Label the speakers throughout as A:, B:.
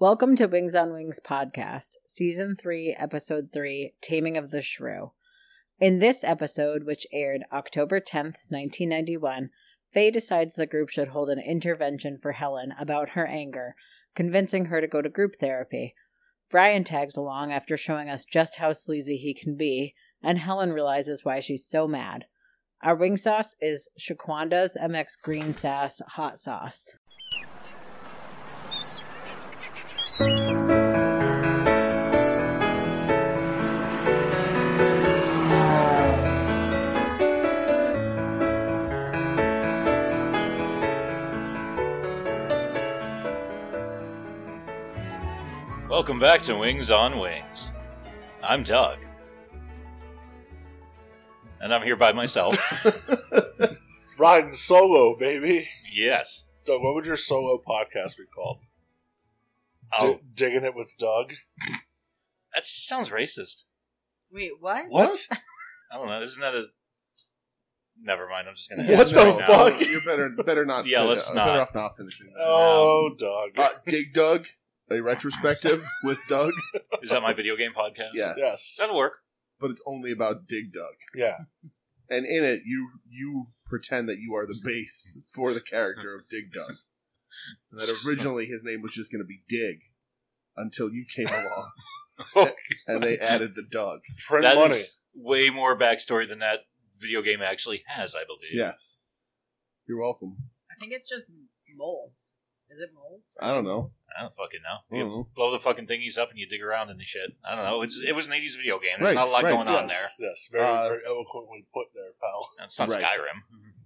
A: Welcome to Wings on Wings podcast, season three, episode three Taming of the Shrew. In this episode, which aired October 10th, 1991, Faye decides the group should hold an intervention for Helen about her anger, convincing her to go to group therapy. Brian tags along after showing us just how sleazy he can be, and Helen realizes why she's so mad. Our wing sauce is Shaquanda's MX Green Sass hot sauce.
B: Welcome back to Wings on Wings. I'm Doug. And I'm here by myself.
C: Riding solo, baby.
B: yes.
C: Doug, what would your solo podcast be called? Di-
B: Oh,
C: Digging it with Doug.
B: that sounds racist.
A: Wait, what?
B: Um, I don't know. Isn't that a. Never mind. I'm just going to.
C: What the fuck?
D: You better better not.
B: Yeah,
D: finish-
B: let's
D: uh,
B: not.
D: Better off not finishing. that.
C: Oh, Doug.
D: Uh, Dig Doug, a retrospective with Doug.
B: Is that my video game podcast?
D: Yeah,
C: yes.
B: That'll work.
D: but it's only about Dig Doug,
C: Yeah.
D: and in it you you pretend that you are the base for the character of Dig Doug. And that originally his name was just going to be Dig until you came along,
B: Oh,
D: and they added the Doug.
C: Print
B: That
C: money.
B: is way more backstory than that video game actually has, I believe.
D: Yes, you're welcome.
A: I think it's just moles. Is it moles?
D: I don't know.
B: I don't fucking know.
C: Hmm.
D: I
B: You
D: don't know.
B: blow the fucking thingies up and you dig around in the shit. I don't know. It's, it was an 80s video game. There's
D: Right,
B: not a lot
D: right,
B: going on there.
C: yes, Yes. Very,
D: Uh,
C: very eloquently put there, pal.
B: It's not
D: Right.
B: Skyrim.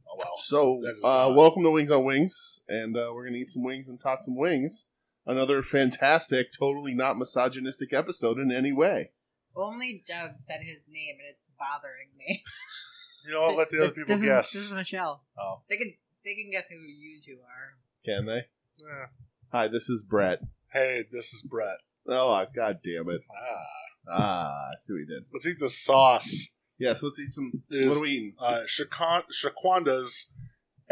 C: Oh, wow.
D: So,
C: That is
D: uh,
C: not-
D: welcome to Wings on Wings, and uh, we're gonna eat some wings and talk some wings. Another fantastic, totally not misogynistic episode in any way.
A: Only Doug said his name, and it's bothering me.
C: You know what? Let the other people
A: this
C: guess.
A: Is, this is Michelle.
C: Oh.
A: They can they can guess who you two are.
D: Can they?
C: Yeah.
D: Hi, this is Brett.
C: Hey, this is Brett.
D: Oh, uh, god damn it!
C: Ah.
D: Ah, I see what we did.
C: Let's eat the sauce.
D: Yes, let's eat some.
C: It
D: what
C: is-
D: are we eating?
C: Uh, Shaquan- Shaquanda's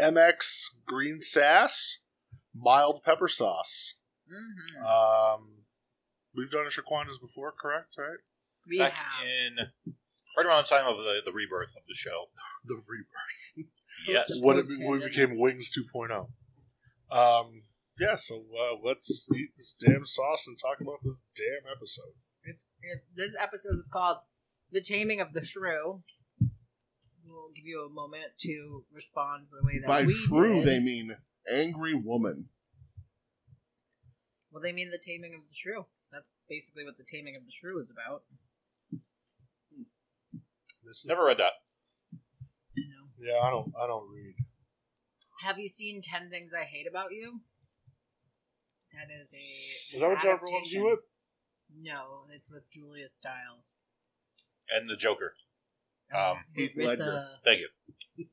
C: MX Green Sass Mild Pepper Sauce.
A: Mm-hmm.
C: Um, we've done a Shaquanda's before, correct? Right?
A: We
B: back
A: have.
B: in right around the time of the, the rebirth of the show.
C: The rebirth.
B: Yes.
C: What it,
A: Post-pandemic.
C: when it became Wings 2.0. Um, yeah, so uh, let's eat this damn sauce and talk about this damn episode.
A: It's it, this episode is called "The Taming of the Shrew." We'll give you a moment to respond the way that
D: By
A: we
D: shrew,
A: did.
D: they mean angry woman.
A: Well, they mean the taming of the shrew. That's basically what the taming of the shrew is about.
C: This is,
B: Never read that.
A: You know?
C: yeah, I don't, I don't read.
A: Have you seen Ten Things I Hate About You? That is a
C: Is that what Jennifer Lawrence
A: adaptation.
C: you with?
A: No, it's with Julia Stiles.
B: And the Joker. Um,
D: Heath
A: Marissa,
D: Ledger.
B: Thank you.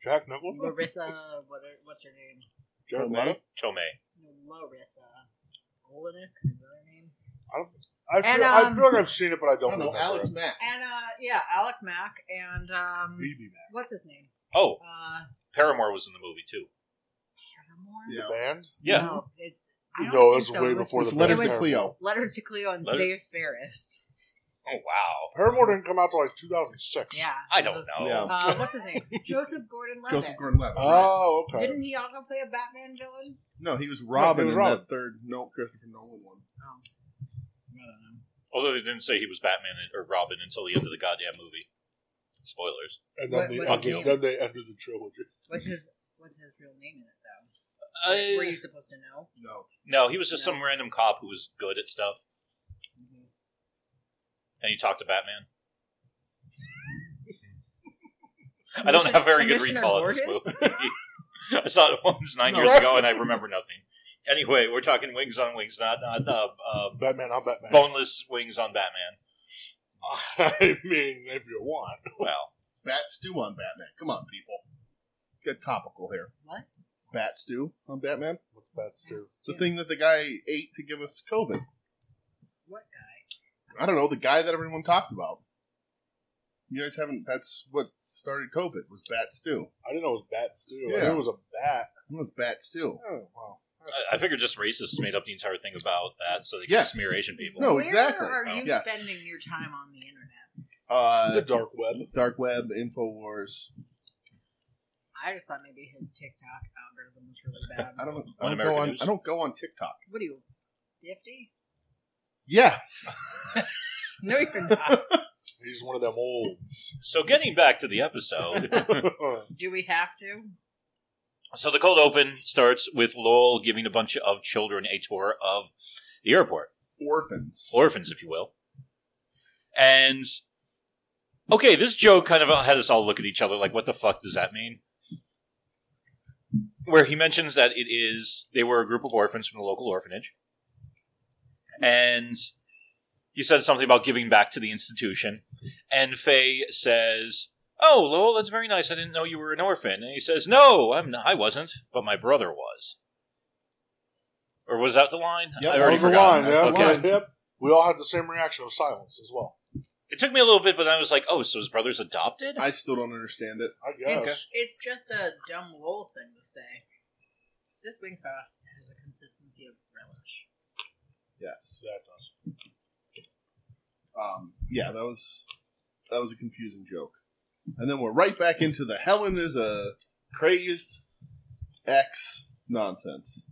C: Jack Nicholson?
A: Marissa, what are, what's her name?
C: Jared
D: Tomei?
C: Leto?
B: Tomei.
A: No, Larissa. Olenek, is that her name?
C: I feel,
A: And,
C: I
A: um,
C: feel like I've seen it, but I don't
D: I don't know.
C: remember
D: Alex
C: it.
D: Mack.
A: And, uh, yeah, Alec Mack and, um,
C: BB Man.
A: what's his name?
B: Oh,
A: Uh,
B: Paramore was in the movie too.
A: Paramore?
D: Yeah.
C: The band?
B: Yeah.
A: No, it's, I don't
C: No,
A: think
C: that's
A: so.
C: way
A: It was
C: before
D: It's
C: the
D: Leonard
C: band.
A: Letters-
D: Cleo.
A: Letters to Cleo and
B: Letter-
A: Save Ferris.
B: Oh wow.
C: Paramore didn't come out till like 2006.
A: Yeah.
B: I
A: this
B: don't
A: was-
B: know.
D: Yeah.
A: Uh, what's his name? Joseph Gordon-Levitt.
D: Joseph Gordon-Levitt. right?
C: Oh, okay.
A: Didn't he also play a Batman villain?
D: No, he was
C: No,
D: Robin
C: he was
D: in
C: Robin.
D: that third no Christopher Nolan one.
A: Oh. I don't know.
B: Although they didn't say he was Batman or Robin until the end of the goddamn movie. Spoilers.
C: and
A: What-
C: then, they,
A: what's
B: his
C: ended,
A: name?
C: then they ended the trilogy.
A: What's his What's his real name in it though? Were
B: Uh,
A: you supposed to know?
D: No,
B: no, he was just
A: No.
B: some random cop who was good at stuff, and he talked to Batman. I don't
A: Commission-
B: have very good
A: Commissioner
B: recall of this
A: Gordon?
B: movie. I saw it once nine
A: No.
B: years ago, and I remember nothing. Anyway, we're talking wings on wings, not not uh, uh,
C: Batman on Batman.
B: boneless wings on Batman.
C: I mean, if you want.
B: Well,
D: bat stew on Batman. Come on, people. Get topical here.
A: What?
D: Bat stew on Batman.
C: What's that, Stu?
D: The
A: Yeah.
D: thing that the guy ate to give us COVID.
A: What
D: I don't know, the guy that everyone talks about. You guys haven't that's what started COVID was bat stew.
C: I didn't know it was Bat Stew. I
D: Yeah.
C: knew it was a bat.
D: It was bat stew.
C: Oh, wow.
B: I, I figure just racists made up the entire thing about that so they can
D: Yes.
B: smear Asian people.
D: No,
A: Where
D: exactly.
A: are
B: Oh.
A: you
D: Yes.
A: spending your time on the internet?
D: Uh,
C: the dark web.
D: dark web, Infowars.
E: I just thought maybe his TikTok algorithm was really bad.
D: I don't. I
B: One
D: don't go
B: American
D: on.
B: News.
D: I don't go on TikTok.
E: What are you, fifty?
D: Yes.
E: No, you're not.
C: He's one of them olds.
B: So getting back to the episode,
E: Do we have to?
B: so the cold open starts with Lowell giving a bunch of children a tour of the airport,
D: Orphans.
B: orphans, if you will. And okay, this joke kind of had us all look at each other like, "What the fuck does that mean?" Where he mentions that it is they were a group of orphans from the local orphanage, and he said something about giving back to the institution, and Faye says. Oh, Lowell, that's very nice. I didn't know you were an orphan. And he says, "No, I'm not, I wasn't, but my brother was." Or was that the line?
D: Yep,
B: I
D: that
B: already
D: was
C: the
B: forgot.
C: line. Yeah,
B: Okay.
C: line, Yep. We all had the same reaction of silence as well.
B: It took me a little bit, but then I was like, oh, so his brother's adopted?
D: I still don't understand it.
C: I guess.
E: It's, it's just a dumb lol thing to say. This wing sauce has a consistency of relish.
D: Yes, that does. Um. Yeah, that was that was a confusing joke, and then we're right back into the Helen is a crazed ex nonsense.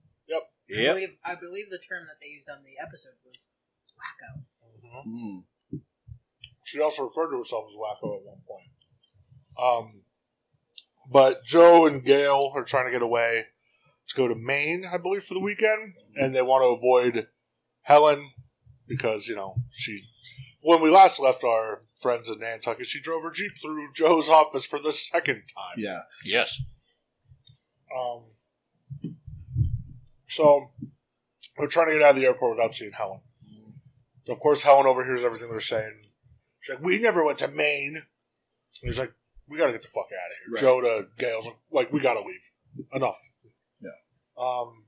E: I,
B: yeah.
E: believe, I believe the term that they used on the episode was wacko.
C: Mhm.
D: Mm.
C: She also referred to herself as wacko at one point. Um, but Joe and Gail are trying to get away to go to Maine, I believe, for the weekend, and they want to avoid Helen because you know she. When we last left our friends in Nantucket, she drove her jeep through Joe's office for the second time.
D: Yeah.
B: Yes.
C: Um, so they're trying to get out of the airport without seeing Helen. Of course, Helen overhears everything they're saying. She's like, "We never went to Maine." And he's like, "We got to get the fuck out of here."
D: Right.
C: Joe to Gail's like, "Like, we got to leave. Enough."
D: Yeah.
C: Um.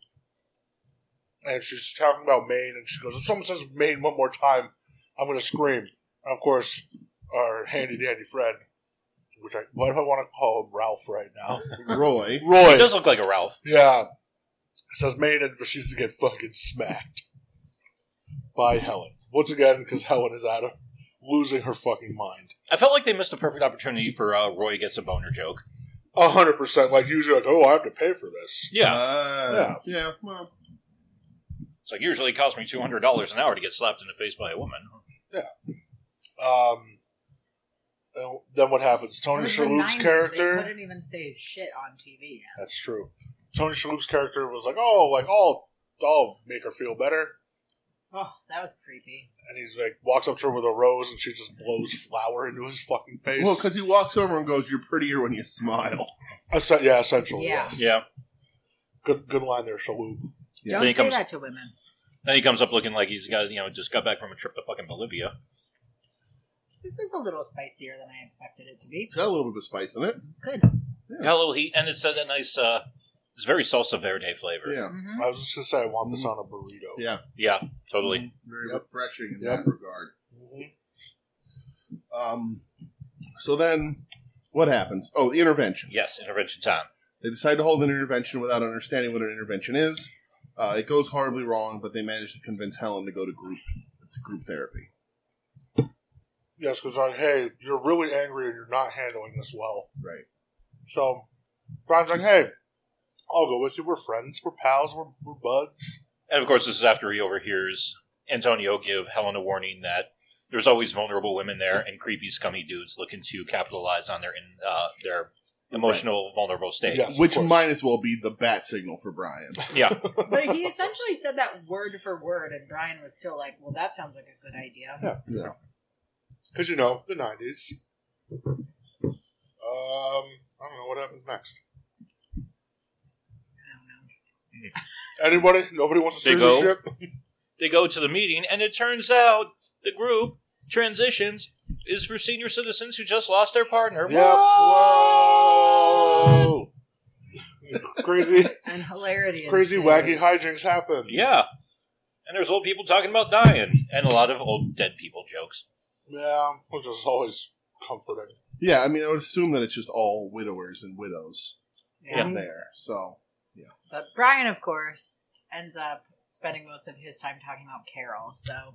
C: And she's talking about Maine, and she goes, "If someone says Maine one more time, I'm going to scream." And of course, our handy dandy friend, which I why do I want to call him Ralph right now?
D: Roy.
C: Roy.
B: It does look like a Ralph.
C: Yeah. Says Maiden proceeds to get fucking smacked by Helen. Once again, because Helen is out of losing her fucking mind.
B: I felt like they missed a perfect opportunity for uh, Roy gets a boner joke.
C: A hundred percent. Like usually like, oh I have to pay for this.
B: Yeah.
D: Uh, yeah. Well.
B: it's like, usually it costs me $200 an hour to get slapped in the face by a woman.
C: Um and then what happens?
E: It
C: Tony
E: was the
C: Shalhoub's
E: 90s,
C: character
E: They couldn't even say shit on TV. yet.
C: That's true. Tony Shalhoub's character was like, Oh, like I'll I'll make her feel better
E: Oh, that was creepy.
C: and he's like walks up to her with a rose and she just blows flour into his fucking face.
D: Well, because he walks over and goes, "You're prettier when you smile."
C: Essen- yeah, essentially,
E: Yeah.
C: yes. Good good line there, Shalhoub.
D: Yeah.
E: Don't
B: Then
E: say
B: he comes-
E: that to women.
B: Then he comes up looking like he's got, you know, just got back from a trip to fucking Bolivia.
E: This is a little spicier than I expected it to be.
D: It's got a little bit of spice in it.
E: It's good.
B: Got a little heat, and it's a nice, uh, it's very salsa verde flavor.
D: Yeah.
E: hmm
C: I was just gonna say I want this on a burrito.
D: Yeah.
B: Yeah, totally.
D: Mm-hmm. Very
C: Yep.
D: refreshing in
C: Yep.
D: that regard.
C: Mhm.
D: Um, so then, what happens? Oh, the intervention.
B: Yes, intervention time.
D: They decide to hold an intervention without understanding what an intervention is. Uh, it goes horribly wrong, but they manage to convince Helen to go to group to group therapy.
C: Yes, because like, hey, you're really angry and you're not handling this well.
D: Right.
C: So Brian's like, hey, I'll go with you. We're friends. We're pals. We're, we're buds.
B: And of course, this is after he overhears Antonio give Helen a warning that there's always vulnerable women there and creepy, scummy dudes looking to capitalize on their in, uh, their emotional, vulnerable state.
C: Yes, of
D: Which
C: course.
D: might as well be the bat signal for Brian.
E: But he essentially said that word for word, and Brian was still like, "Well, that sounds like a good idea."
C: Yeah. Because you know the '90s. Um, I don't know what happens next.
E: I don't know.
C: Anybody? Nobody wants to
B: They
C: steer
B: go.
C: the ship.
B: They go to the meeting, and it turns out the group transitions is for senior citizens who just lost their partner.
C: Yep. Whoa! crazy,
E: And hilarity.
C: crazy,
E: ensued.
C: wacky hijinks happen.
B: Yeah. And there's old people talking about dying, and a lot of old dead people jokes.
C: yeah, which is always comforting.
D: Yeah, I mean, I would assume that it's just all widowers and widows
E: Yeah.
D: in there. So
E: But Brian, of course,
A: ends up spending most of his time talking about Carol. So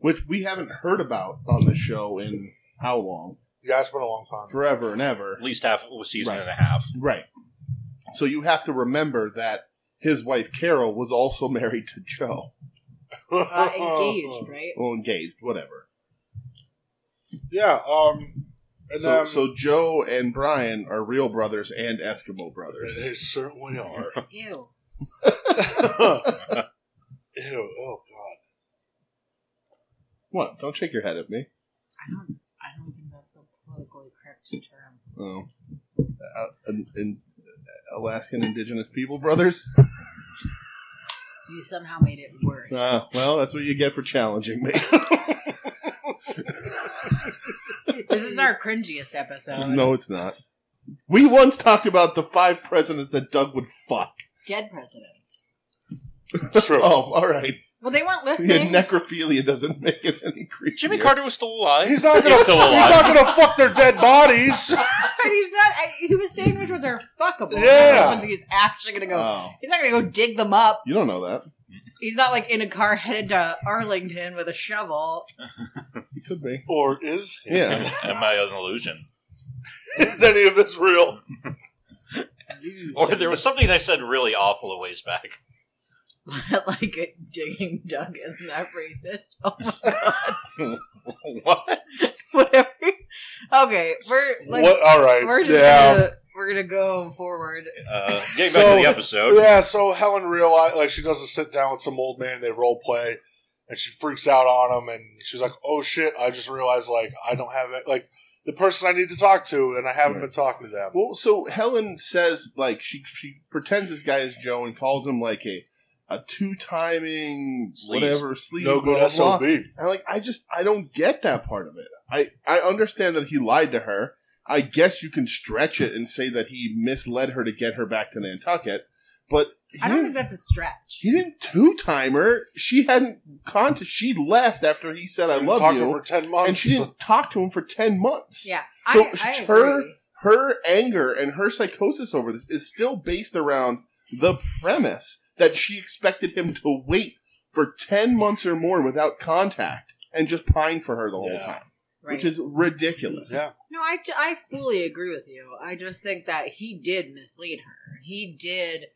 D: which we haven't heard about on the show in how long?
C: Yeah, it's been a long time.
D: Forever and ever.
B: At least half a season
D: Right.
B: and a half.
D: Right. So you have to remember that his wife Carol was also married to Joe.
A: uh, engaged, right?
D: Well, engaged, whatever.
C: Yeah. Um. And
D: So,
C: then
D: so Joe and Brian are real brothers and Eskimo
C: they
D: brothers.
C: certainly are.
A: Ew.
C: Ew. Oh God.
D: What? Don't shake your head at me.
A: I don't. I don't think that's a politically correct term.
D: Oh. Uh, and, and Alaskan Indigenous people brothers?
A: You somehow made it worse.
D: Uh, well, that's what you get for challenging me.
A: this is our cringiest episode.
D: no, it's not. We once talked about the five presidents that Doug would fuck.
A: Dead presidents.
C: True.
D: Oh, all right.
A: Well, they weren't
D: Yeah,
A: listening.
D: necrophilia doesn't make it any creepier.
B: Jimmy Carter was still alive.
C: He's not gonna.
B: He's still
C: He's
B: alive.
C: not gonna fuck their dead bodies.
A: but he's not. I, he was saying which ones are fuckable.
C: Yeah.
A: Which ones he's actually gonna go.
D: Oh,
A: He's not gonna go dig them up.
D: you don't know that.
A: He's not like in a car headed to Arlington with a shovel.
D: You could be.
C: or is he?
D: Yeah.
B: Am I an illusion?
C: is any of this real?
B: Or there was something I said really awful a ways back.
A: like digging Doug isn't that racist? Oh my-
B: what?
A: Whatever. Okay, we're like
C: what? All right.
A: we're just
C: yeah.
A: gonna we're gonna go forward.
B: Uh, getting
C: So-
B: back to the episode.
C: Yeah, so Helen realized like she does a sit down with some old man, they role play, and she freaks out on him, and she's like, "Oh shit! I just realized like I don't have it, like the person I need to talk to, and I haven't
D: Right.
C: been talking to them."
D: Well, so Helen says like she she pretends this guy is Joe and calls him like a a two timing
B: Sleaze.
D: whatever sleeve.
C: no
D: blah, blah,
C: good
D: blah.
C: sob. Well,
D: And like I just I don't get that part of it. I I understand that he lied to her. I guess you can stretch it and say that he misled her to get her back to Nantucket, but he,
A: I don't think
D: didn't-
A: that's a stretch.
D: he didn't two time her. She hadn't con she left after he said I love
C: talked
D: you.
C: to him for ten months.
D: and she didn't talk to him for 10 months.
A: Yeah,
D: So
A: I, I
D: her-
A: agree.
D: Her anger and her psychosis over this is still based around the premise that she expected him to wait for 10 months or more without contact and just pine for her the whole
C: Yeah.
D: time,
A: Right.
D: which is ridiculous.
C: yeah,
A: no, I I fully agree with you. I just think that he did mislead her. He did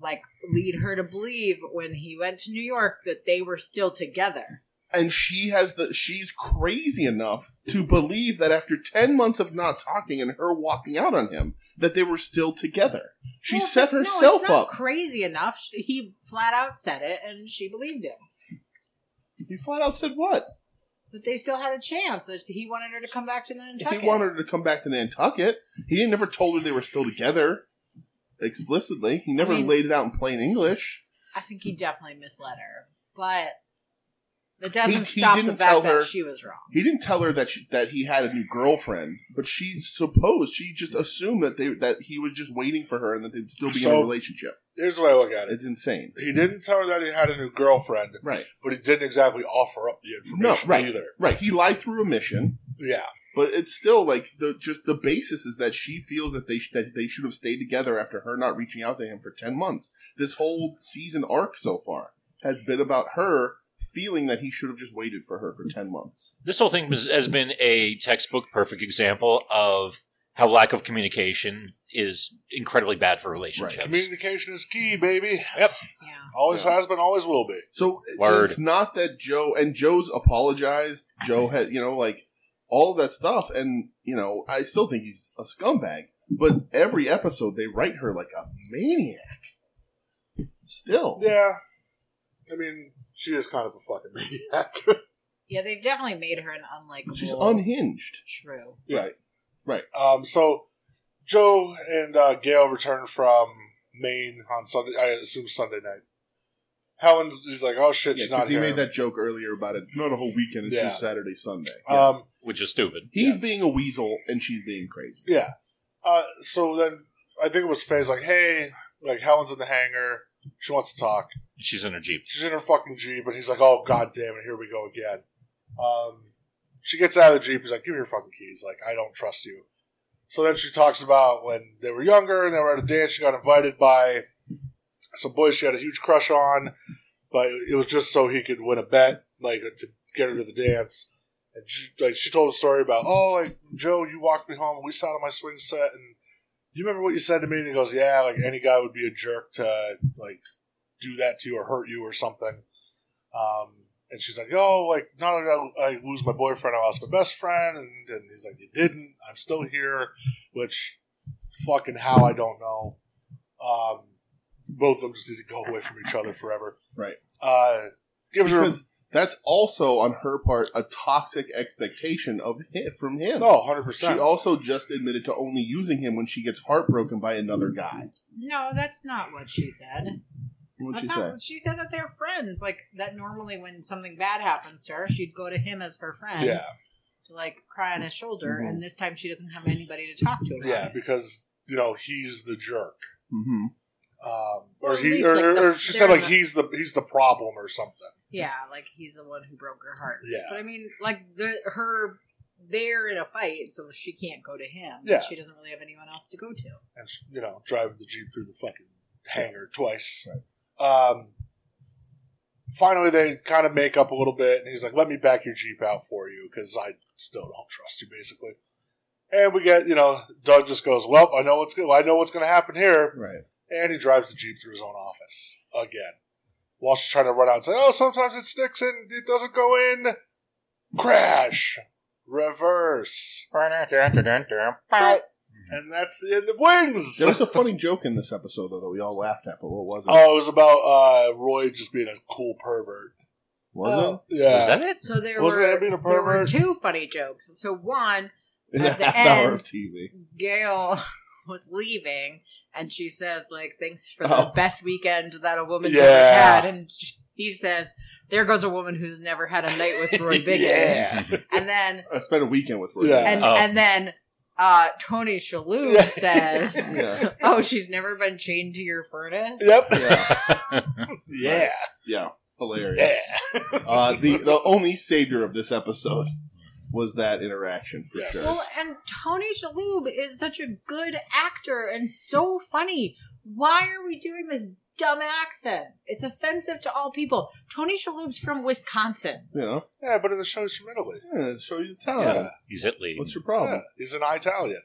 A: like lead her to believe when he went to New York that they were still together.
D: And she has the she's crazy enough to believe that after 10 months of not talking and her walking out on him that they were still together. She
A: Well,
D: set
A: no, it's
D: herself
A: not
D: up.
A: Crazy enough, She- he flat out said it, and she believed him.
D: he flat out said what?
A: But they still had a chance. That he wanted her to come back to Nantucket.
D: He wanted her to come back to Nantucket. He didn't never told her they were still together explicitly. He never
A: I mean-
D: laid it out in plain English.
A: I think he definitely misled her, but that doesn't
D: he
A: stop the
D: didn't
A: fact
D: tell
A: that
D: her-
A: she was wrong.
D: He didn't tell her that she, that he had a new girlfriend, but she supposed she just assumed that they that he was just waiting for her and that they'd still be in
C: So-
D: a relationship.
C: here's the way I look at it.
D: It's insane,
C: He didn't tell her that he had a new girlfriend,
D: right?
C: but he didn't exactly offer up the
D: No,
C: information
D: right,
C: either.
D: right. He lied through omission,
C: Yeah,
D: but it's still like the just the basis is that she feels that they sh- that they should have stayed together after her not reaching out to him for 10 months this whole season arc so far has been about her feeling that he should have just waited for her for 10 months
B: This whole thing was- has been a textbook perfect example of how lack of communication is incredibly bad for relationships.
C: communication is key, baby.
A: Yeah,
C: Always
D: Yeah.
C: has been, always will be.
D: so uh,
B: Word.
D: it's not that joe and joe's apologized joe had you know like all that stuff and you know i still think he's a scumbag but every episode they write her like a maniac still
C: Yeah, I mean, she is kind of a fucking maniac.
A: yeah, they've definitely made her an unlikable.
D: she's unhinged
A: True.
C: Um, so Joe and uh, Gail return from Maine on Sunday. I assume Sunday night. Helen's he's like, oh shit,
D: Yeah,
C: she's not
D: because he
C: here.
D: made that joke earlier about it. Not a whole weekend. It's
C: Yeah.
D: just Saturday, Sunday.
C: Um,
B: Which is stupid.
D: He's being a weasel and she's being crazy.
C: yeah. Uh, so then I think it was Faye's like, hey, like Helen's in the hangar. She wants to talk.
B: She's in her Jeep.
C: She's in her fucking jeep, and he's like, oh god damn it, here we go again. Um, she gets out of the jeep. He's like, give me your fucking keys. Like I don't trust you. So then she talks about when they were younger and they were at a dance. She got invited by some boy she had a huge crush on, but it was just so he could win a bet, like to get her to the dance. And she, like she told a story about, oh, like Joe, you walked me home. We sat on my swing set, and do you remember what you said to me? And he goes, yeah, like any guy would be a jerk to like do that to you or hurt you or something. Um, and she's like, oh, like not only did I, I lose my boyfriend, I lost my best friend, and, and he's like, you didn't. I'm still here, which fucking how I don't know. Um, both of them just need to go away from each other forever.
D: Right.
C: Uh, gives her
D: Because that's also on her part a toxic expectation of him, from him.
C: no, hundred
D: She
C: Oh, percent.
D: also just admitted to only using him when she gets heartbroken by another guy.
A: No, that's not what she said.
D: What'd
A: That's
D: she
A: not
D: say?
A: she said that they're friends. Like that normally when something bad happens to her, she'd go to him as her friend
C: Yeah, Mm-hmm.
A: to like cry on his shoulder
D: Mhm.
A: and this time she doesn't have anybody to talk to about
C: yeah,
A: it.
C: because you know he's the jerk,
D: hmm
C: um,
A: Well,
C: or
A: at
C: he,
A: least,
C: or,
A: like, the-
C: or she said
A: they're
C: like
A: not-
C: he's the he's the problem or something.
A: Yeah, like he's the one who broke her heart.
C: Yeah.
A: But I mean, like the her they're in a fight, so she can't go to him.
C: Yeah.
A: She doesn't really have anyone else to go to.
C: and you know driving the jeep through the fucking hangar twice. Um, finally, they kind of make up a little bit, and he's like, "Let me back your jeep out for you because I still don't trust you." Basically, and we get you know Doug just goes, "Well, I know what's good. I know what's going to happen here,"
D: Right.
C: and he drives the jeep through his own office again. While she's trying to run out and say, "Oh, sometimes it sticks and it doesn't go in." Crash, reverse, and that's the end of Wings.
D: There was a funny joke in this episode though that we all laughed at, but what was it?
C: Oh, it was about uh, Roy just being a cool pervert.
D: was
A: Oh.
C: Yeah.
B: Is that it?
A: So there
C: Wasn't
A: were
C: that being a
A: there were
C: pervert?
A: two funny jokes. So one
D: it in
A: At
D: a
A: the
D: half hour
A: end-
D: of TV?
A: Gail was leaving, and she says, "Like, thanks for the
D: Oh.
A: best weekend that a woman's ever
C: Yeah.
A: had." And sh he says, "There goes a woman who's never had a night with Roy Biggin."
C: Yeah.
A: And then,
D: I spent a weekend with Roy.
C: Yeah.
A: and
B: Oh.
A: and then, uh, Tony Shalhoub
C: Yeah.
A: says,
D: Yeah.
A: "Oh, she's never been chained to your furnace."
C: Yep.
D: yeah,
C: Yeah.
D: yeah, hilarious. Uh, the the only savior of this episode was that interaction for
C: Yes.
D: sure.
A: Well, and Tony Shalhoub is such a good actor and so funny. Why are we doing this dumb accent? It's offensive to all people. Tony Shalhoub's from Wisconsin.
D: you know,
C: Yeah, but in the show, he's from Italy.
D: yeah, so he's Italian.
C: Yeah.
B: He's Italy.
D: What's your
C: Yeah.
D: problem?
C: He's an Italian.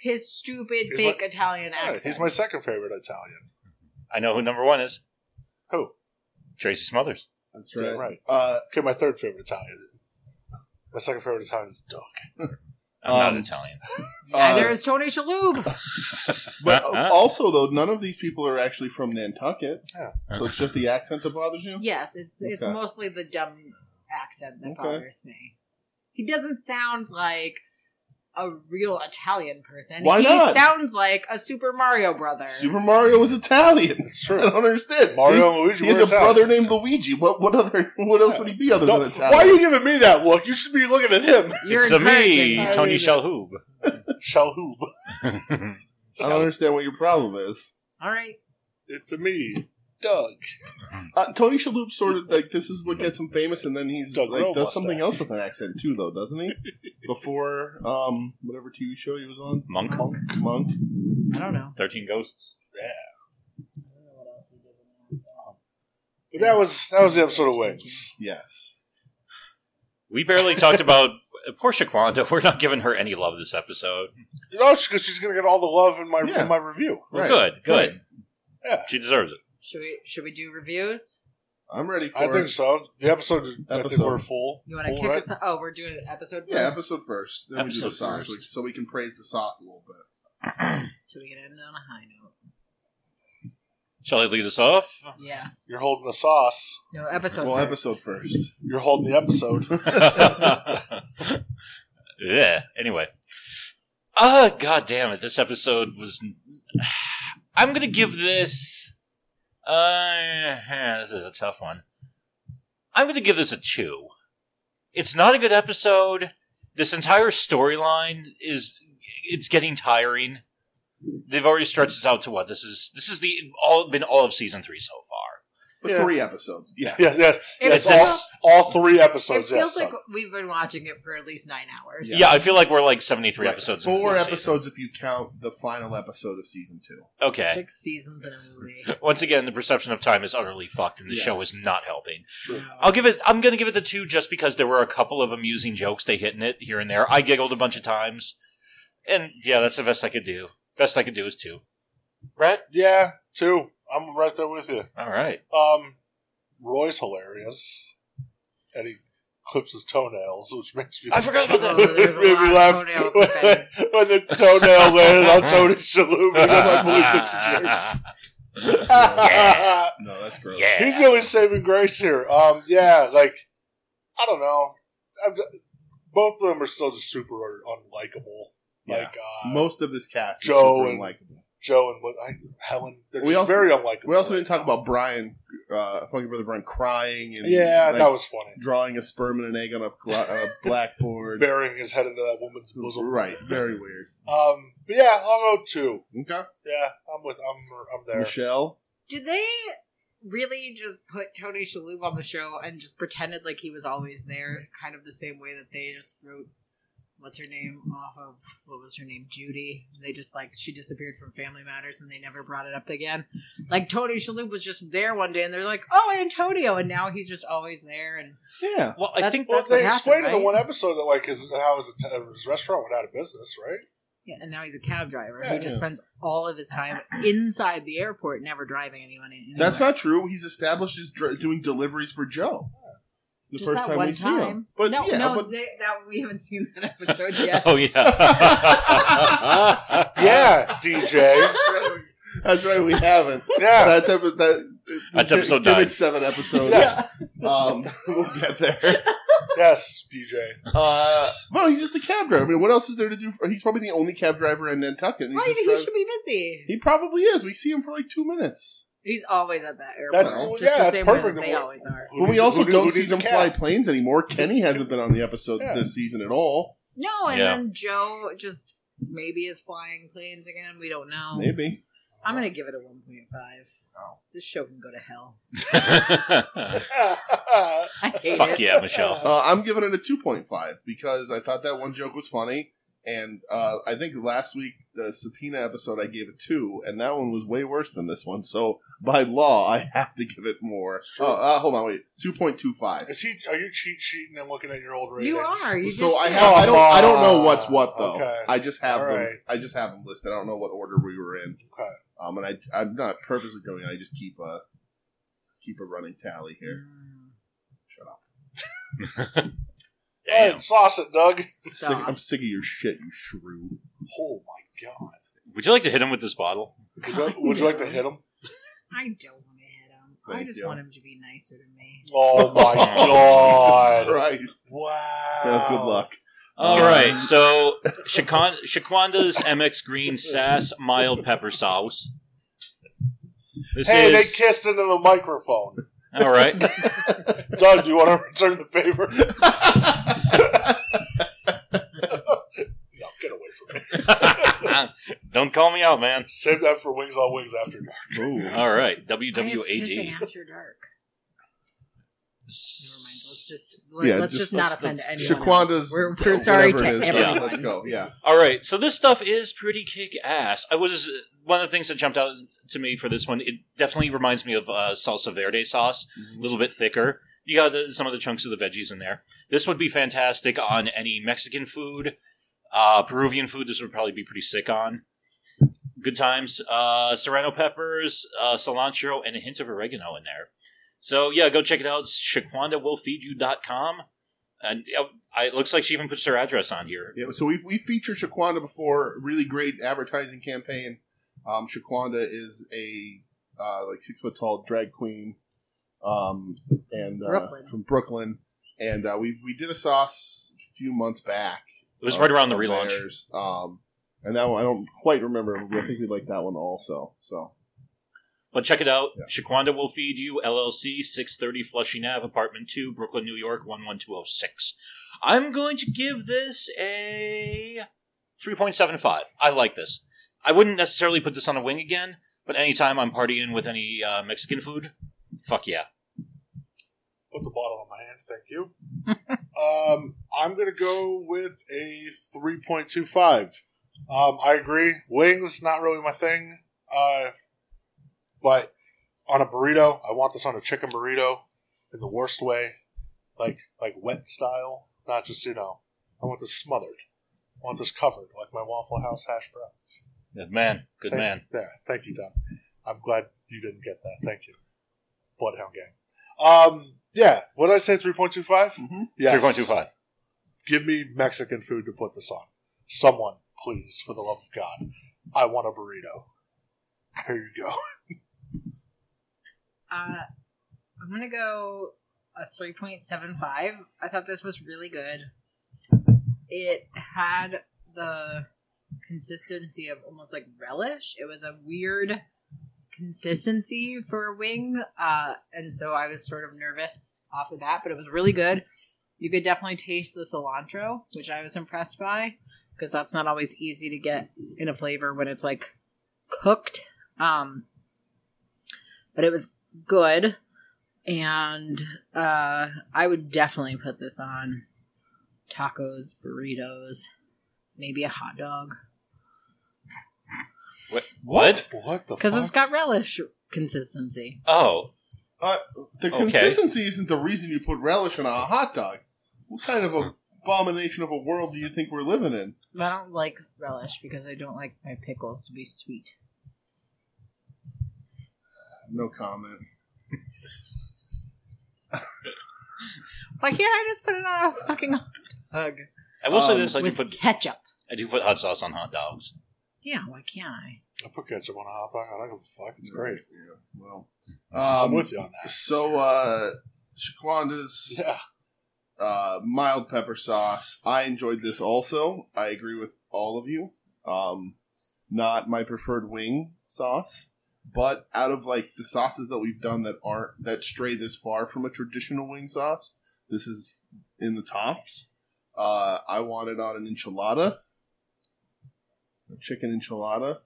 A: His stupid
C: He's
A: fake
C: my-
A: Italian
C: Yeah,
A: accent.
C: he's my second favorite Italian.
B: I know who number one is.
C: Who?
B: Tracy Smothers.
D: That's
C: Damn
D: right.
C: right.
D: Uh,
C: Okay, my third favorite Italian. My second favorite Italian is Doug.
B: I'm
D: Um,
B: not Italian.
A: Neither
D: uh,
A: is Tony Shalhoub.
D: but also though, none of these people are actually from Nantucket,
C: Yeah.
D: so it's just the accent that bothers you.
A: yes, it's it's
D: Okay.
A: mostly the dumb accent that
D: Okay.
A: bothers me. He doesn't sound like a real Italian person.
D: Why
A: he
D: not?
A: sounds like a Super Mario brother.
D: Super Mario is Italian.
C: It's
D: I
C: true.
D: don't understand.
C: Mario and
D: He,
C: Luigi
D: he has
C: were
D: a
C: Italian.
D: brother named Luigi. What what other what else would he be other
C: Don't-
D: than Italian?
C: why are you giving me that look? You should be looking at him.
A: You're
B: it's a me,
A: encouraging that.
B: Tony
C: Yeah.
B: Shalhoub.
C: Shalhoub.
D: I don't understand what your problem is.
A: All right.
C: It's a me, Doug.
D: Uh, Tony Shalhoub sort of like this is what gets him famous, and then he's
C: Doug
D: like does
C: Roebuck
D: something
C: style.
D: else with an accent too, though, doesn't he? Before um whatever TV show he was on,
B: Monk.
D: Monk.
A: I don't know.
B: Thirteen Ghosts.
C: But that was that was the episode of Wings.
D: Yes,
B: We barely talked about Portia Quando. We're not giving her any love this episode.
C: You know, because she's gonna get all the love in my
D: Yeah.
C: in my review.
B: Well,
D: Right.
B: Good, good.
C: Yeah.
B: She deserves it.
A: Should we should we do reviews?
D: I'm ready for
C: I think so. The episode, I think
D: Episode.
C: we're full.
A: You want to
C: full,
A: kick
C: right?
A: us? Oh, we're doing an episode first,
D: Yeah, episode first. Then we do the
B: Episode
D: sauce,
B: first.
D: so we- so we can praise the sauce a little bit.
A: so we can end on a high note.
B: Shall I lead us off?
A: Yes.
C: You're holding the sauce.
A: No episode.
D: well,
A: first.
D: episode first.
C: You're holding the episode.
B: yeah. Anyway. Uh god damn it. This episode was I'm gonna give this uh this is a tough one. I'm gonna give this a two. It's not a good episode. This entire storyline is it's getting tiring. They've already stretched this out to what? This is this is the all been all of season three so far.
D: But For
C: Yeah.
D: three episodes. Yeah.
C: Yes, yes,
A: It
B: Yes,
C: yes.
A: feels,
B: it's-
C: all, all three
A: it
C: episodes.
A: feels
C: Yes, Uh,
A: like
C: Tom.
A: we've been watching it for at least nine hours.
B: Yeah, I feel like we're like 73 episodes into
D: Four
B: this season.
D: episodes if you count the final episode of season two.
B: Okay.
A: Six seasons in a movie.
B: Once again, the perception of time is utterly fucked, and the
D: Yes.
B: show is not helping.
D: True.
B: I'll give it. I'm going to give it the two, just because there were a couple of amusing jokes they hit in it here and there. I giggled a bunch of times, and yeah, that's the best I could do. Best I could do is two. Right?
C: yeah, two. I'm right there with you.
B: All right.
C: Um, Roy's hilarious, and he clips his toenails, which makes me.
B: I forgot about that.
A: Oh, there's a lot of toenail
C: when,
A: clipping.
C: when the toenail landed on Tony Shalhoub because I believe it's his
B: Yeah.
D: No, that's gross.
B: Yeah.
C: He's the only saving grace here. Um, yeah, like I don't know. I'm just, both of them are still just super unlikable.
D: Yeah.
C: Like uh,
D: Most of this cast
C: Joe
D: is super
C: and-
D: unlikable.
C: Joe and what I, Helen, they're
D: We
C: just
D: also-
C: very unlikable.
D: We also didn't talk about Brian, uh, Funky Brother Brian, crying and
C: Yeah,
D: like,
C: that was funny.
D: drawing a sperm and an egg on a, gla- on a blackboard.
C: Burying his head into that woman's bosom.
D: Right, very weird.
C: Um, but yeah, I'll go two.
D: Okay,
C: Yeah, I'm with. I'm. I'm there.
D: Michelle.
A: Did they really just put Tony Shalhoub on the show and just pretended like he was always there, kind of the same way that they just wrote what's her name off of what was her name Judy? They just like she disappeared from Family Matters and they never brought it up again. Like Tony Shalhoub was just there one day and they're like, oh Antonio, and now he's just always there and
D: Yeah,
B: Well, I
A: That's-
B: think
C: Well,
A: that's
C: they
A: what
C: explained
A: happened,
C: in the
A: right?
C: one episode that like his how his, his restaurant went out of business, right?
A: yeah, and now he's a cab driver
C: Yeah,
A: who just
D: yeah.
A: spends all of his time inside the airport, never driving anyone. anywhere.
D: that's not true. He's established as dr- doing deliveries for Joe. The
A: Just
D: first
A: that
D: time we
A: one
D: see him, but
A: no,
D: yeah,
A: no,
D: but
A: they, that we haven't seen that episode yet.
B: Oh yeah.
C: Yeah, DJ.
D: that's right, we haven't.
C: Yeah,
D: That's episode. That,
B: That's episode
D: give it
B: nine.
D: seven episodes.
C: Yeah.
D: um, we'll get there.
C: yes, DJ.
D: Uh, well, he's just a cab driver. I mean, what else is there to do? For, he's probably the only cab driver in Nantucket. He's
A: Right,
D: just
A: he
D: driving-
A: should be busy.
D: he probably is. We see him for like two minutes.
A: He's always at that
C: That,
A: airport.
D: Well,
C: well,
A: just
C: yeah,
A: the
C: that's
A: same way
C: perfect.
A: that they always are.
C: Who
D: But we
C: needs-
D: also
C: who-
D: don't
C: who
D: see
C: needs a
D: them
C: cat?
D: fly planes anymore. Kenny hasn't been on the episode
C: Yeah.
D: this season at all.
A: No, and
B: Yeah.
A: then Joe just maybe is flying planes again. We don't know.
D: Maybe. Oh.
A: I'm gonna give it a 1.5. This show can go to hell. I hate
B: Fuck
A: it.
B: yeah, Michelle.
D: Uh, I'm giving it a 2.5 because I thought that one joke was funny. And uh, I think last week, the subpoena episode, I gave it 2, and that one was way worse than this one. So by law, I have to give it more.
C: It's
D: Uh,
C: true.
D: uh, hold on, wait. 2.25.
C: Is he? Are you cheat sheeting and looking at your old ratings?
A: You are. You
D: So
A: just
D: I
A: said-
D: have I don't I don't know what's
C: Come
D: what though.
C: on. Okay.
D: I just have
C: All
D: them
C: right.
D: I just have them listed. I don't know what order we were in.
C: Okay.
D: Um and I I'm not purposely doing it. I just keep a keep a running tally here.
A: Mm,
D: Shut up.
C: Damn.
B: Damn.
C: sauce it, Doug.
D: Sick,
A: Stop.
D: I'm sick of your shit, you shrew.
C: Oh my god.
B: Would you like to hit him with this bottle?
C: Would you, like- would you like to hit him?
A: I don't want to hit him. I
D: Thank
A: just
D: you.
A: want him to be nicer to me.
C: Oh my
D: Jesus
C: god.
D: Christ.
C: Wow.
D: Well, good luck.
B: All
D: Um,
B: right, so Shaquan- Shaquanda's MX Green Sass Mild Pepper Sauce. This is
C: Hey, they kissed into the microphone.
B: all right.
C: Doug, do you want to return the favor? no, get away from me.
B: Don't call me out, man.
C: Save that for Wings on Wings after dark.
D: Ooh.
B: All right,
A: I guess kissing
B: WWAD.
A: after dark. Never mind. Let's just let,
D: Yeah,
A: us
D: just-
A: just, not
D: let's-
A: offend
D: let's-
A: anyone.
D: Shaquanda's-
A: else. We're, we're sorry to
D: Whatever it is,
A: everyone.
D: Let's go. Yeah.
B: All right, so this stuff is pretty kick ass. I was one of the things that jumped out to me for this one. It definitely reminds me of uh, salsa verde sauce, a little bit thicker. You got uh, some of the chunks of the veggies in there. This would be fantastic on any Mexican food, uh, Peruvian food. This would probably be pretty sick on. Good times, uh, serrano peppers, uh, cilantro, and a hint of oregano in there. So yeah, go check it out. ShaquandaWillFeedYou.com. And uh, I, it looks like she even puts her address on here.
D: Yeah, so we've we featured Shaquanda before. Really great advertising campaign. Um, Shaquanda is a uh, like six foot tall drag queen, um, and uh,
A: Brooklyn.
D: from Brooklyn. And uh, we we did a sauce a few months back.
B: It was right around the
D: of
B: relaunch.
D: theirs, Um, and that one I don't quite remember. But I think we liked that one also. So
B: But check it out.
D: Yeah.
B: Shaquanda Will Feed You, LLC, 630 Flushing Ave, Apartment 2, Brooklyn, New York, 11206. I'm going to give this a 3.75. I like this. I wouldn't necessarily put this on a wing again, but anytime I'm partying with any uh, Mexican food, Fuck yeah.
C: Put the bottle on my hands. Thank you. um, I'm going to go with a 3.25. Um, I agree. Wings, not really my thing. Uh, but on a burrito, I want this on a chicken burrito in the worst way, like like wet style, not just, you know, I want this smothered. I want this covered, like my Waffle House hash browns.
B: Good man. Good
C: Thank-
B: man.
C: Yeah, thank you, Don. I'm glad you didn't get that. Thank you, Bloodhound Gang. Um, yeah, what did I say? Three point two five.
D: Mhm.
C: Yes.
B: 3.25.
C: Give me Mexican food to put this on. Someone, please, for the love of God, I want a burrito. Here you go.
A: Uh, I'm gonna go a 3.75. I thought this was really good. It had the consistency of almost like relish. It was a weird consistency for a wing, uh, and so I was sort of nervous off the bat, but it was really good. You could definitely taste the cilantro, which I was impressed by because that's not always easy to get in a flavor when it's like cooked. Um, but it was good and uh i would definitely put this on tacos burritos maybe a hot dog
B: What? what?
C: What the?
A: because
C: fuck?
A: it's got relish consistency
B: Oh.
D: Uh, the
B: Okay.
D: consistency isn't the reason you put relish on a hot dog. What kind of abomination of a world do you think we're living in?
A: But i don't like relish because i don't like my pickles to be sweet
D: No comment.
A: why can't i just put it on a fucking hot dog
B: I will say
D: Um,
B: this. I do,
A: with
B: put,
A: ketchup
B: I do put hot sauce on hot dogs.
A: yeah why can't i
C: I put ketchup on a hot dog. I don't give a fuck. It's great.
D: Yeah. Well,
C: I'm
D: um,
C: with you on that.
D: So, uh, Shaquanda's
C: Yeah.
D: uh, mild pepper sauce. I enjoyed this also. I agree with all of you. Um, not my preferred wing sauce, but out of like the sauces that we've done that aren't that stray this far from a traditional wing sauce, this is in the tops. Uh, I want it on an enchilada. A chicken enchilada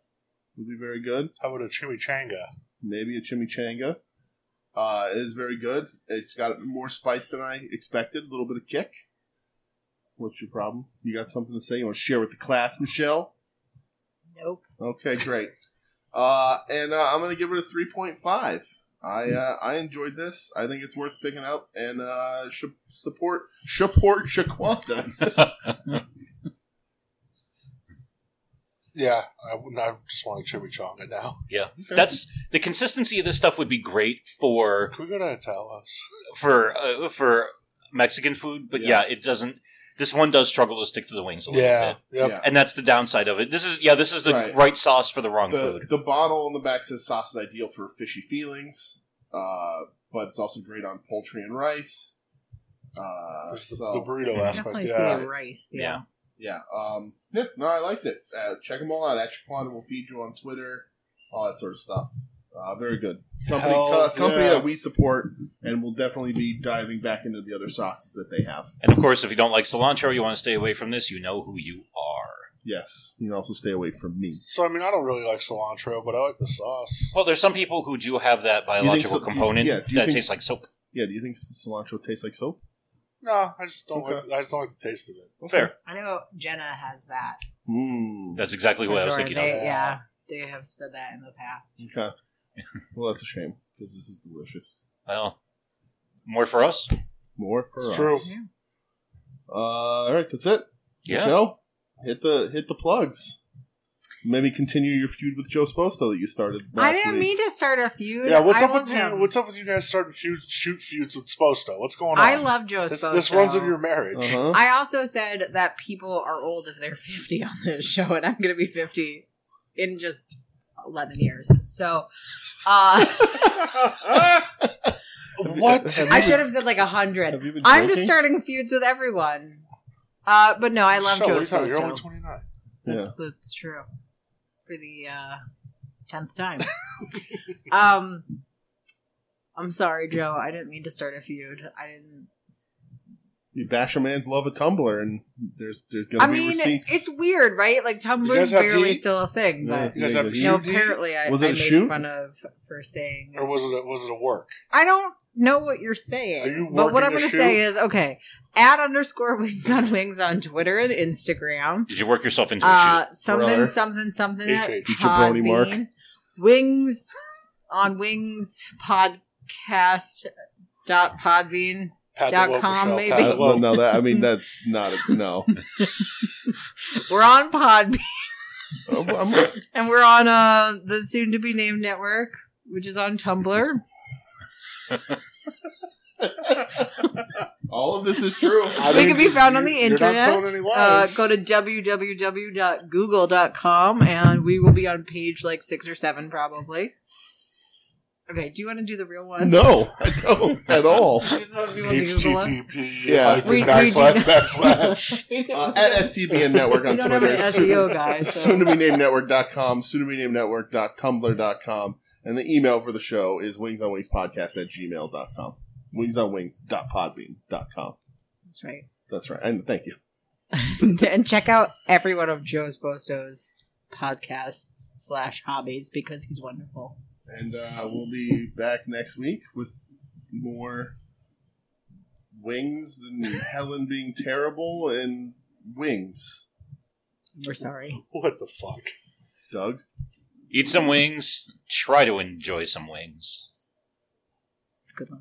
D: would be very good
C: How about a chimichanga?
D: maybe a chimichanga. Uh, it is very good. It's got more spice than I expected. A little bit of kick. What's your problem? You got something to say? You want to share with the class, Michelle?
A: nope
D: Okay, great. uh, and uh, I'm gonna give it a 3.5. I uh, I enjoyed this. I think it's worth picking up and uh, sh- support support Shaquanda.
C: Yeah, I, wouldn't- I just want a chimichanga now.
B: That's the consistency of this stuff would be great for
C: Can we go to Italos?
B: for uh, for Mexican food, but yeah.
C: Yeah.
B: it doesn't. This one does struggle to stick to the wings a little
C: Yeah.
B: bit,
C: Yep.
D: Yeah.
B: and that's the downside of it. This is yeah, this is the
D: Right.
B: right, sauce for the wrong
D: the,
B: food.
D: the bottle on the back says sauce is ideal for fishy feelings, uh, but it's also great on poultry and rice. Uh,
C: There's the,
D: so,
C: the burrito
A: I
C: aspect.
A: definitely
C: Yeah.
A: see the rice yeah,
B: Yeah.
D: yeah, um, yeah, no, I liked it. Uh, check them all out. At Shaquanda will feed you on Twitter, all that sort of stuff. Uh, very good company, co-
C: Hells
D: company
C: yeah.
D: that we support, and we'll definitely be diving back into the other sauces that they have.
B: And of course, if you don't like cilantro, you want to stay away from this. You know who you are.
D: Yes, you can also stay away from me.
C: So I mean, I don't really like cilantro, but I like the sauce.
B: Well, there's some people who do have that biological
D: so- do you-
B: component
D: yeah, do you
B: that
D: think-
B: tastes like soap.
D: Yeah, do you think cilantro tastes like soap?
C: No, I just don't.
D: Okay.
C: Like the, I just don't like the taste of it.
B: Fair.
A: i know jenna has that
D: Mm.
B: That's exactly what
A: for
B: I was
A: sure.
B: thinking
A: they,
B: of.
C: of.
A: yeah they have said that in the past
D: Okay. Well, that's a shame because this is delicious.
B: Well, more for us.
D: More for
C: It's
D: us.
C: true.
A: Yeah.
D: Uh, all right, that's it.
B: Yeah.
D: Michelle, hit the hit the plugs. Maybe continue your feud with Joe Sposto that you started. Last
A: i didn't
D: week.
A: mean to start a feud
C: Yeah, what's
A: I
C: up
A: love
C: with you?
A: him.
C: What's up with you guys starting feuds, shoot feuds with Sposto? What's going on?
A: I love Joe
C: this.
A: Sposo.
C: This runs in your marriage.
D: Uh-huh.
A: I also said that people are old if they're 50 on this show, and I'm going to be 50 in just 11 years. So uh,
D: Uh-huh.
C: What?
D: Have you
A: I
D: been-
A: should have said like a
D: have
A: 100.
D: you been
A: I'm just
D: joking?
A: starting feuds with everyone. Uh, but no, I love
C: Michelle,
A: Joe
C: what are you talking- You're only
A: Sposo.
C: twenty nine.
D: Yeah.
A: That's true. For the uh, 10th time. um, I'm sorry, Joe. I didn't mean to start a feud. I didn't.
D: You bash a man's love of Tumblr, and there's there's gonna
A: I
D: be
A: mean,
D: receipts. Uh,
A: it's weird, right? Like
C: guys
A: Tumblr's
C: have
A: barely
C: heat?
A: still a thing,
D: Yeah.
A: but
C: You guys have to
D: You
A: no.
C: shoot these?
A: Apparently, I,
D: Was it
A: I
D: a
A: made
D: shoot?
A: fun of for saying.
C: or was it a, was it a work?
A: I don't know what you're saying,
C: Are you
A: but what
C: working
A: I'm
C: a
A: going to
C: shoot?
A: say is okay. At underscore wings on wings on Twitter and Instagram.
B: Did you work yourself into a
A: Uh, something
D: Brother.
A: something something at
C: HH.
D: Jabroni Mark.
A: Podbean. Wings on Wings podcast dot podbean
C: Pat
A: Dot
C: the Woke,
A: com,
C: Michelle,
A: maybe?
D: I
C: Pat the
D: don't- well,
C: Woke.
D: no, that I mean that's not a, no.
A: we're on podbean
D: I'm- I'm-
A: and we're on uh the soon to be named network which is on tumblr
D: all of this is true.
C: I
A: they
C: mean,
A: can be found on
C: you-
A: the
C: you're not
A: internet.
C: telling any
A: Uh,
C: lies.
A: go to www.google.com and we will be on page like six or seven probably. Okay, do you want to do the real one?
D: no, I don't at all.
A: I just want people to Google us.
C: HTTP
D: Yeah.
C: hyphen
A: We- we
C: backslash
A: do-
C: backslash.
A: We don't-
D: Uh, at STBN Network
A: we
D: on
A: don't have an E
D: Twitter.
A: SEO guy, so
D: soon to be named network.com, soon to be named network.tumblr.com, and the email for the show is wings on wings podcast at gmail.com. Wings on wings.podbean.com.
A: that's right.
D: That's right. And thank you.
A: and check out every one of Joe's Bosto's podcasts slash hobbies because he's wonderful.
D: And uh, we'll be back next week with more wings and Helen being terrible and wings.
A: We're sorry.
C: What the fuck?
D: Doug?
B: Eat some wings. Try to enjoy some wings.
A: Good luck.